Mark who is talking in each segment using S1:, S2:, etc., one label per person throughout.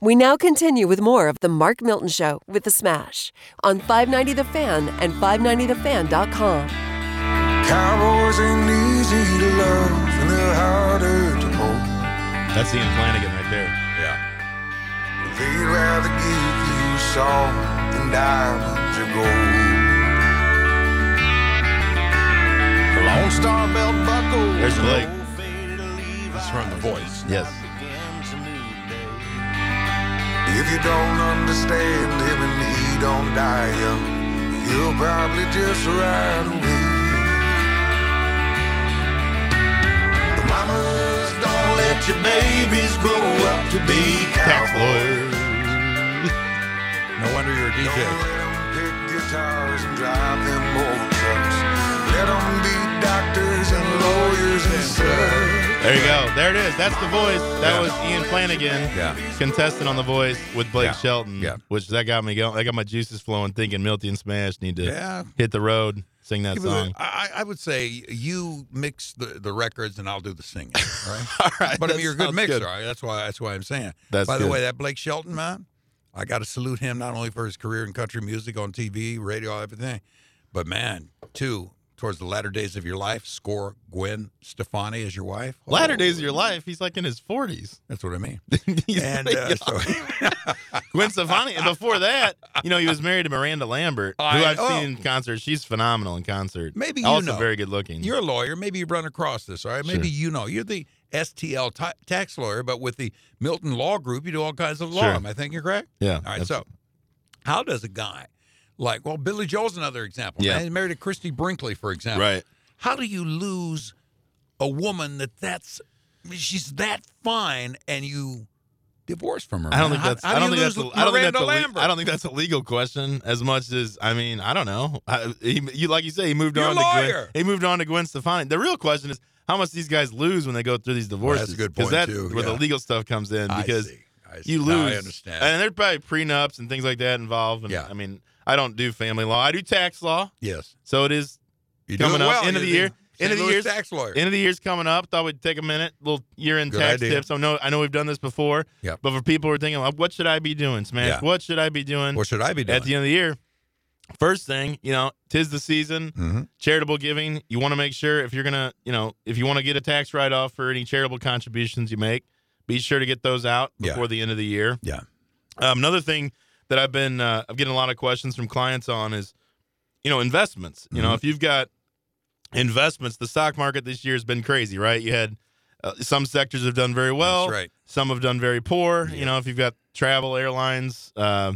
S1: We now continue with more of The Mark Milton Show with The Smash on 590 The Fan and 590TheFan.com.
S2: Cowboys ain't easy to love, and they're harder to hold.
S3: That's Ian Flanagan right there.
S4: Yeah.
S2: They'd rather give you salt than diamonds or gold. The Lone Star Belt buckle.
S3: There's Blake.
S4: It's from The Voice.
S3: Yes.
S2: If you don't understand him and he don't die young, he'll probably just ride away. The mamas don't let your babies grow up to be
S3: Tax
S2: cowboys.
S3: lawyers.
S4: No wonder you're
S2: Don't
S4: a DJ.
S2: let 'em pick guitars and drive them old trucks. Let 'em be doctors and lawyers and such.
S3: There you go. There it is. That's the voice. That was Ian Flanagan,
S4: Yeah.
S3: contestant on the voice with Blake
S4: Yeah.
S3: Shelton.
S4: Yeah.
S3: Which that got me going. That got my juices flowing. Thinking Milty and Smash need to
S4: Yeah.
S3: hit the road, sing that
S4: Give it a-
S3: song.
S4: I, I would say you mix the, the records and I'll do the singing. All right.
S3: All right.
S4: But I
S3: that
S4: mean, you're a good
S3: sounds
S4: mixer. I- That's why. That's why I'm saying.
S3: That's
S4: By the
S3: good.
S4: way, that Blake Shelton man, I got to salute him not only for his career in country music on TV, radio, everything, but man, too, towards the latter days of your life, score Gwen Stefani as your wife.
S3: Latter
S4: Oh,
S3: days of your life, he's like in his 40s.
S4: That's what I mean.
S3: He's
S4: and
S3: like,
S4: uh, so,
S3: Gwen Stefani. And before that, you know, he was married to Miranda Lambert,
S4: I
S3: who I've
S4: know.
S3: seen in concert. She's phenomenal in concert.
S4: Maybe you
S3: also
S4: know.
S3: very good looking.
S4: you're a lawyer. Maybe you've run across this. All right. Maybe
S3: Sure.
S4: you know. You're the STL ta tax lawyer, but with the Milton Law Group, you do all kinds of law.
S3: Sure.
S4: Am I thinking correct?
S3: yeah.
S4: All right,
S3: that's-
S4: so how does a guy like well Billy Joel's another example.
S3: Yeah.
S4: man. He's married to Christy Brinkley, for example.
S3: right.
S4: How do you lose a woman that that's she's that fine and you divorce from her?
S3: I don't
S4: man?
S3: think
S4: How-
S3: that's.
S4: how
S3: I
S4: do
S3: don't
S4: you
S3: think that's.
S4: lose
S3: A,
S4: with
S3: I don't think
S4: Miranda
S3: that's. A, le-
S4: Lambert?
S3: I don't think that's a legal question as much as I mean I don't know. I, he, you like you say he moved
S4: You're a
S3: on to Gwen,
S4: lawyer.
S3: he moved on to Gwen Stefani. The real question is how much these guys lose when they go through these divorces.
S4: that's a good
S3: 'Cause
S4: point,
S3: that's
S4: too,
S3: where the
S4: yeah.
S3: legal stuff comes in
S4: I
S3: because
S4: see, I see.
S3: you
S4: Now
S3: lose.
S4: I understand.
S3: And there's probably prenups and things like that involved. And
S4: Yeah.
S3: I mean I don't do family law. I do tax law,
S4: yes.
S3: so it is
S4: You
S3: Coming
S4: do
S3: up,
S4: it well.
S3: end of
S4: You're
S3: the year.
S4: St.
S3: End of the
S4: Louis
S3: year's-
S4: tax lawyer.
S3: End of the year's coming up. Thought we'd take a minute, little year-end
S4: Good
S3: tax
S4: idea.
S3: tips. I know, I know we've done this before,
S4: Yeah.
S3: but for people who are thinking, what should I be doing, Smash?
S4: Yeah.
S3: What should I be doing
S4: what should I be doing?
S3: at the end of the year? First thing, you know, tis the season.
S4: Mhm.
S3: Charitable giving. You want to make sure if you're gonna, you know, if you want to get a tax write-off for any charitable contributions you make, be sure to get those out
S4: Yeah.
S3: before the end of the year.
S4: Yeah.
S3: Um, another thing that I've been, uh, I'm getting a lot of questions from clients on is, you know, investments. You
S4: Mm-hmm.
S3: know, if you've got investments, the stock market this year has been crazy, right? You had uh, some sectors have done very well.
S4: That's right.
S3: Some have done very poor. You know, if you've got travel, airlines, uh,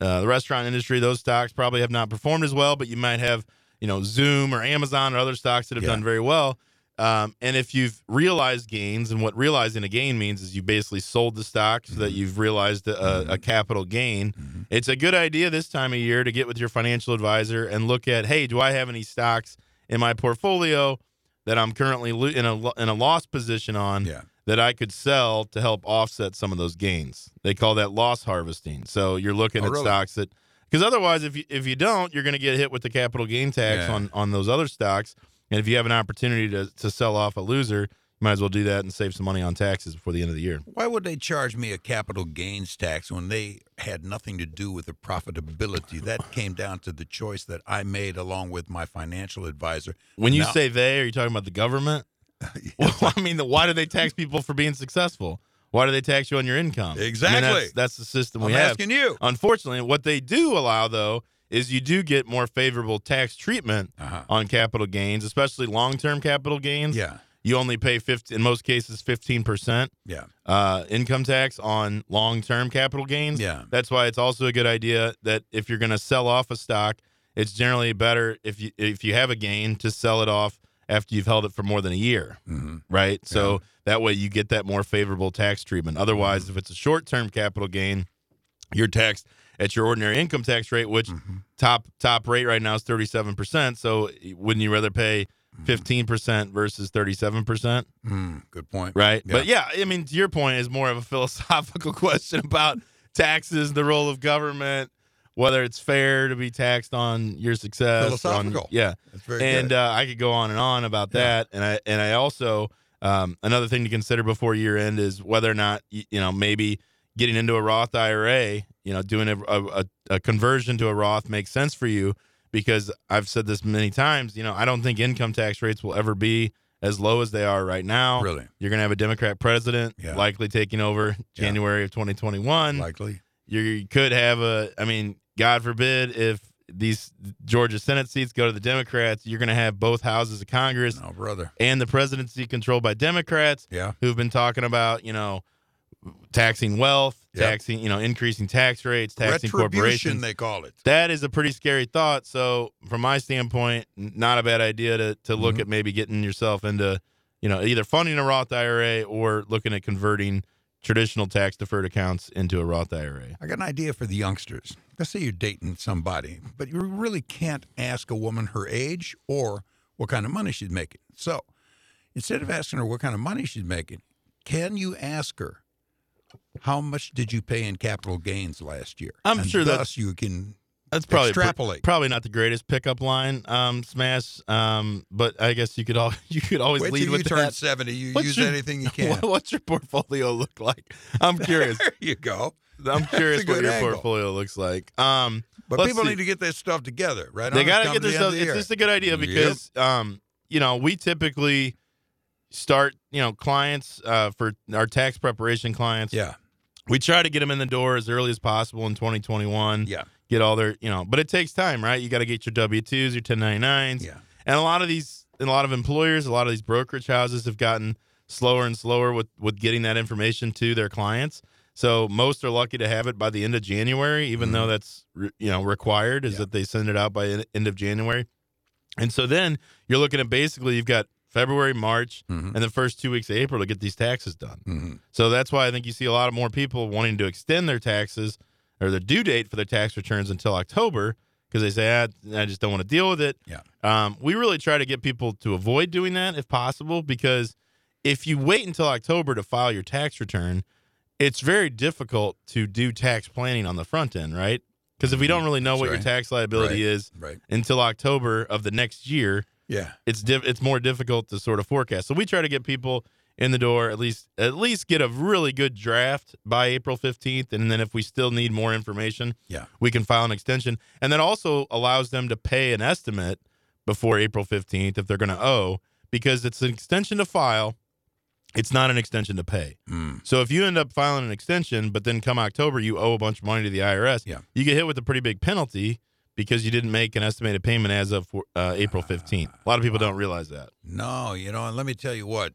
S3: uh, the restaurant industry, those stocks probably have not performed as well. But you might have, you know, Zoom or Amazon or other stocks that have
S4: Yeah.
S3: done very well. Um, and if you've realized gains, and what realizing a gain means is you basically sold the stock so
S4: Mm-hmm.
S3: that you've realized a, a capital gain. It's a good idea this time of year to get with your financial advisor and look at, hey, do I have any stocks in my portfolio that I'm currently lo- in a lo- in a loss position on?
S4: Yeah.
S3: that I could sell to help offset some of those gains. They call that loss harvesting. So you're looking
S4: Oh,
S3: at
S4: really?
S3: stocks that because otherwise if you if you don't, you're going to get hit with the capital gain tax
S4: Yeah.
S3: on on those other stocks. And if you have an opportunity to to sell off a loser, you might as well do that and save some money on taxes before the end of the year.
S4: Why would they charge me a capital gains tax when they had nothing to do with the profitability? That came down to the choice that I made along with my financial advisor.
S3: When you
S4: Now-
S3: say they, are you talking about the government? Well, I mean, the, why do they tax people for being successful? Why do they tax you on your income? I mean,
S4: Exactly.
S3: that's, that's the system we
S4: I'm
S3: have.
S4: asking you.
S3: Unfortunately, what they do allow though is you do get more favorable tax treatment
S4: Uh-huh.
S3: on capital gains, especially long-term capital gains.
S4: Yeah,
S3: You only pay 50 in most cases 15%
S4: yeah.
S3: uh, income tax on long-term capital gains.
S4: Yeah.
S3: That's why it's also a good idea that if you're going to sell off a stock, it's generally better if you if you have a gain to sell it off after you've held it for more than a year
S4: Mm-hmm.
S3: right? So that way you get that more favorable tax treatment. Otherwise, if it's a short term capital gain, you're taxed at your ordinary income tax rate, which
S4: Mm. Mm-hmm.
S3: top top rate right now is thirty seven percent. So wouldn't you rather pay fifteen percent versus thirty seven percent?
S4: Mm, good point.
S3: Right.
S4: Yeah.
S3: But yeah, I mean to your point is more of a philosophical question about taxes, the role of government, whether it's fair to be taxed on your success. on-
S4: Philosophical.
S3: yeah
S4: That's very
S3: and
S4: good.
S3: uh, I could go on and on about
S4: Yeah.
S3: that. And I and I also um, another thing to consider before year end is whether or not you, you know maybe getting into a Roth IRA, you know, doing a, a, a- a conversion to a Roth makes sense for you because I've said this many times, you know, I don't think income tax rates will ever be as low as they are right now.
S4: Really?
S3: You're going to have a Democrat president
S4: Yeah.
S3: likely taking over
S4: Yeah.
S3: January of 2021.
S4: Likely.
S3: you could have a, I mean, God forbid if these Georgia Senate seats go to the Democrats, you're going to have both houses of Congress
S4: No, brother.
S3: and the presidency controlled by Democrats
S4: Yeah.
S3: who've been talking about, you know, taxing wealth,
S4: Yep.
S3: taxing, you know, increasing tax rates, taxing
S4: Retribution,
S3: corporations.
S4: they call it.
S3: that is a pretty scary thought. So, from my standpoint, n- not a bad idea to to look
S4: Mhm.
S3: at maybe getting yourself into, you know, either funding a Roth IRA or looking at converting traditional tax deferred accounts into a Roth IRA.
S4: I got an idea for the youngsters. Let's say you're dating somebody, but you really can't ask a woman her age or what kind of money she's making. So instead of asking her what kind of money she's making, can you ask her how much did you pay in capital gains last year?
S3: I'm
S4: And
S3: sure that-
S4: thus you can
S3: That's probably
S4: Extrapolate.
S3: probably not the greatest pickup line, um, Smash. Um, but I guess you could all you could always
S4: wait
S3: lead
S4: till
S3: with
S4: you turn
S3: that.
S4: seventy. You
S3: What's
S4: use
S3: your-
S4: anything you can.
S3: What's your portfolio look like? I'm curious.
S4: there you go.
S3: I'm curious
S4: a
S3: what
S4: good
S3: your
S4: angle.
S3: portfolio looks like. Um,
S4: But
S3: Let's
S4: people
S3: see.
S4: need to get this stuff together, right?
S3: they
S4: I'm
S3: gotta
S4: coming
S3: get
S4: to
S3: this
S4: the end
S3: stuff.
S4: of the
S3: It's
S4: year.
S3: just a good idea
S4: Yep.
S3: because, um, you know, we typically start, you know, clients uh, for our tax preparation clients.
S4: yeah,
S3: We try to get them in the door as early as possible in 2021.
S4: yeah,
S3: Get all their, you know, but it takes time, right? You got to get your W twos, your 1099s,
S4: yeah.
S3: and a lot of these, and a lot of employers, a lot of these brokerage houses have gotten slower and slower with with getting that information to their clients. So most are lucky to have it by the end of January, even though that's re- you know required is
S4: Yeah.
S3: that they send it out by en- end of January. And so then you're looking at basically you've got February, March,
S4: Mhm.
S3: and the first two weeks of April to get these taxes done.
S4: hmm
S3: So that's why I think you see a lot of more people wanting to extend their taxes or their due date for their tax returns until October because they say, ah, I just don't want to deal with it.
S4: Yeah.
S3: Um, we really try to get people to avoid doing that if possible because if you wait until October to file your tax return, it's very difficult to do tax planning on the front end, right? Because if we don't really know
S4: Mm-hmm. That's
S3: what your
S4: right.
S3: tax liability is
S4: Right.
S3: until October of the next year,
S4: Yeah.
S3: it's diff- it's more difficult to sort of forecast. So we try to get people in the door at least at least get a really good draft by April 15th and then if we still need more information,
S4: Yeah.
S3: we can file an extension. And that also allows them to pay an estimate before April 15th if they're going to owe because it's an extension to file. It's not an extension to pay.
S4: Mm.
S3: So if you end up filing an extension, but then come October you owe a bunch of money to the IRS,
S4: Yeah.
S3: you get hit with a pretty big penalty because you didn't make an estimated payment as of uh, April fifteenth. A lot of people don't realize that.
S4: No, you know, and let me tell you what,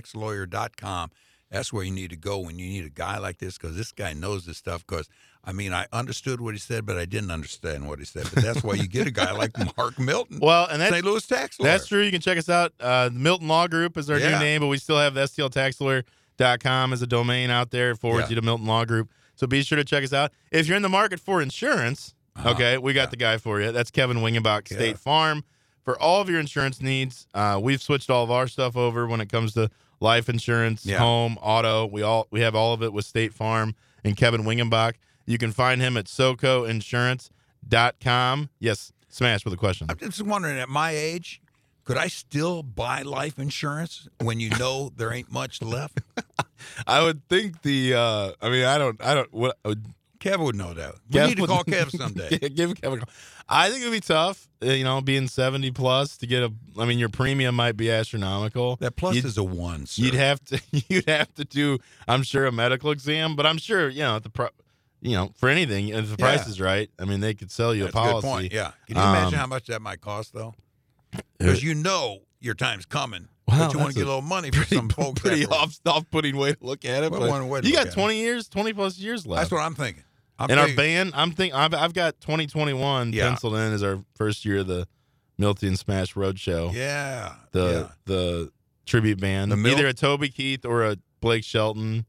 S4: stltaxlawyer.com, that's where you need to go when you need a guy like this because this guy knows this stuff. Because, I mean, I understood what he said, but I didn't understand what he said. But that's why you get a guy like Mark Milton,
S3: Well, and that's
S4: St. Louis tax lawyer.
S3: that's true. You can check us out. Uh, Milton Law Group is our new
S4: Yeah.
S3: name, but we still have the STLTaxLawyer.com as a domain out there. It forwards you
S4: Yeah.
S3: to Milton Law Group. So be sure to check us out. If you're in the market for insurance,
S4: Uh-huh.
S3: okay, we got the guy for you. That's Kevin Wingenbach,
S4: Yeah.
S3: State Farm. For all of your insurance needs, uh, we've switched all of our stuff over when it comes to life insurance,
S4: Yeah.
S3: home, auto. We all we have all of it with State Farm and Kevin Wingenbach. You can find him at socoinsurance.com. Yes, smash with a question.
S4: I'm just wondering, at my age, could I still buy life insurance when you know there ain't much left?
S3: I would think the. Uh, I mean, I don't. I don't. What? Uh,
S4: Kev would know that. We
S3: Kev
S4: need to
S3: would-
S4: call Kev someday.
S3: give Kevin. a call. I think it'd be tough. uh, You know, being seventy plus to get a. I mean, your premium might be astronomical.
S4: That plus
S3: You'd-
S4: is a one, sir.
S3: You'd have to. You'd have to do. I'm sure a medical exam, but I'm sure you know the. Pro, you know, for anything, if the price
S4: Yeah.
S3: is right, I mean, they could sell you
S4: That's
S3: a
S4: a
S3: policy.
S4: good point. Yeah. Can you
S3: Um,
S4: imagine how much that might cost though? Because you know your time's coming,
S3: Wow,
S4: but you want
S3: that's
S4: to get
S3: a
S4: a little money for some folks.
S3: Pretty
S4: afterwards.
S3: off, off-putting way to look at it.
S4: Well,
S3: but
S4: one way to
S3: you
S4: look
S3: got
S4: at it.
S3: 20 years, 20 plus years left.
S4: That's what I'm thinking. I'm
S3: and our
S4: thinking-
S3: band, I'm think I've, I've got 2021
S4: Yeah.
S3: penciled in as our first year of the Milty and Smash Roadshow.
S4: yeah,
S3: The the tribute band,
S4: The Mil-
S3: either a Toby Keith or a Blake Shelton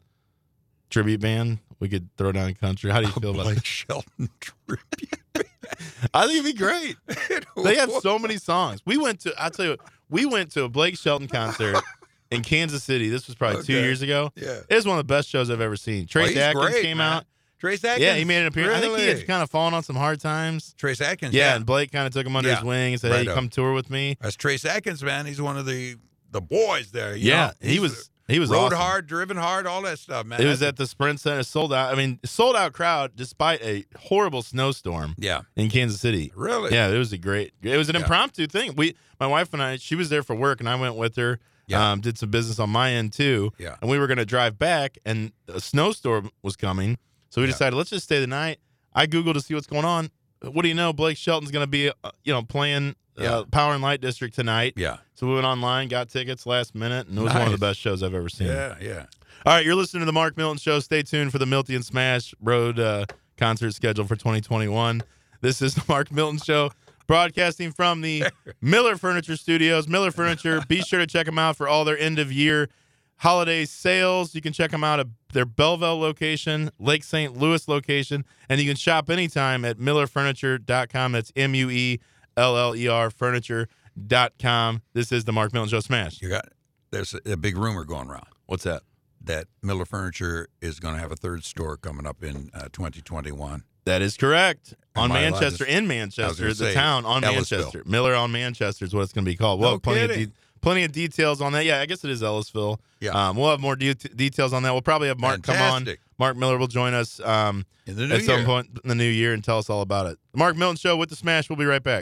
S3: tribute band. We could throw down country. How do you
S4: yeah.
S3: feel about
S4: Oh, Blake Shelton tribute.
S3: that? I think it'd be great. They have so many songs. We went to I'll tell you, what, we went to a Blake Shelton concert in Kansas City. This was probably two
S4: Okay.
S3: years ago.
S4: yeah.
S3: It was one of the best shows I've ever seen. Trace
S4: he's
S3: Atkins
S4: great,
S3: came
S4: man.
S3: out.
S4: Trace Atkins.
S3: Yeah, he made an appearance. I think he
S4: Really?
S3: had kind of fallen on some hard times.
S4: Trace Atkins.
S3: Yeah,
S4: Yeah,
S3: and Blake kind of took him under
S4: Yeah.
S3: his wing and said,
S4: Right
S3: "Hey,
S4: up.
S3: come tour with me."
S4: that's Trace Atkins, man. He's one of the the boys there. you
S3: Yeah,
S4: know?
S3: he
S4: He's
S3: was He was
S4: rode
S3: awesome.
S4: hard, driven hard, all that stuff, man.
S3: It was
S4: That's-
S3: at the Sprint Center, sold out. I mean, sold out crowd despite a horrible snowstorm
S4: yeah,
S3: in Kansas City.
S4: really,
S3: Yeah, it was a great. It was an
S4: Yeah.
S3: impromptu thing. We, my wife and I, she was there for work, and I went with her.
S4: Yeah.
S3: Um, did some business on my end too.
S4: Yeah.
S3: And we were gonna drive back, and a snowstorm was coming, so we
S4: Yeah.
S3: decided let's just stay the night. I googled to see what's going on. What do you know? Blake Shelton's gonna be, uh, you know, playing
S4: Yeah.
S3: uh, Power and Light District tonight.
S4: yeah,
S3: So we went online, got tickets last minute, and it was one of
S4: Nice.
S3: the best shows I've ever seen.
S4: yeah, yeah.
S3: All right, you're listening to the Mark Milton Show. Stay tuned for the Milton and Smash Road uh, concert scheduled for 2021. This is the Mark Milton Show, broadcasting from the Miller Furniture Studios. Miller Furniture, be sure to check them out for all their end of year holiday sales. You can check them out at their Belleville location, Lake St. Louis location, and you can shop anytime at millerfurniture.com. That's M U E L L E R furniture.com. This is the Mark Milton Show Smash.
S4: You got there's a, a big rumor going around
S3: What's that?
S4: that Miller Furniture is going to have a third store coming up in uh, 2021.
S3: That is correct. On
S4: Am I allowed to
S3: Manchester,
S4: s-
S3: in
S4: I was
S3: Manchester, the
S4: gonna say,
S3: town on
S4: Ellisville.
S3: Manchester. Miller on Manchester is what it's going to be called. We'll
S4: No
S3: have plenty of,
S4: kidding.
S3: de- plenty of details on that. Yeah, I guess it is Ellisville.
S4: Yeah.
S3: Um, we'll have more de- details on that. We'll probably have Mark come on.
S4: Fantastic.
S3: Mark Miller will join us um,
S4: in the new
S3: at some
S4: year.
S3: point in the new year and tell us all about it. The Mark Milton Show with the Smash. We'll be right back.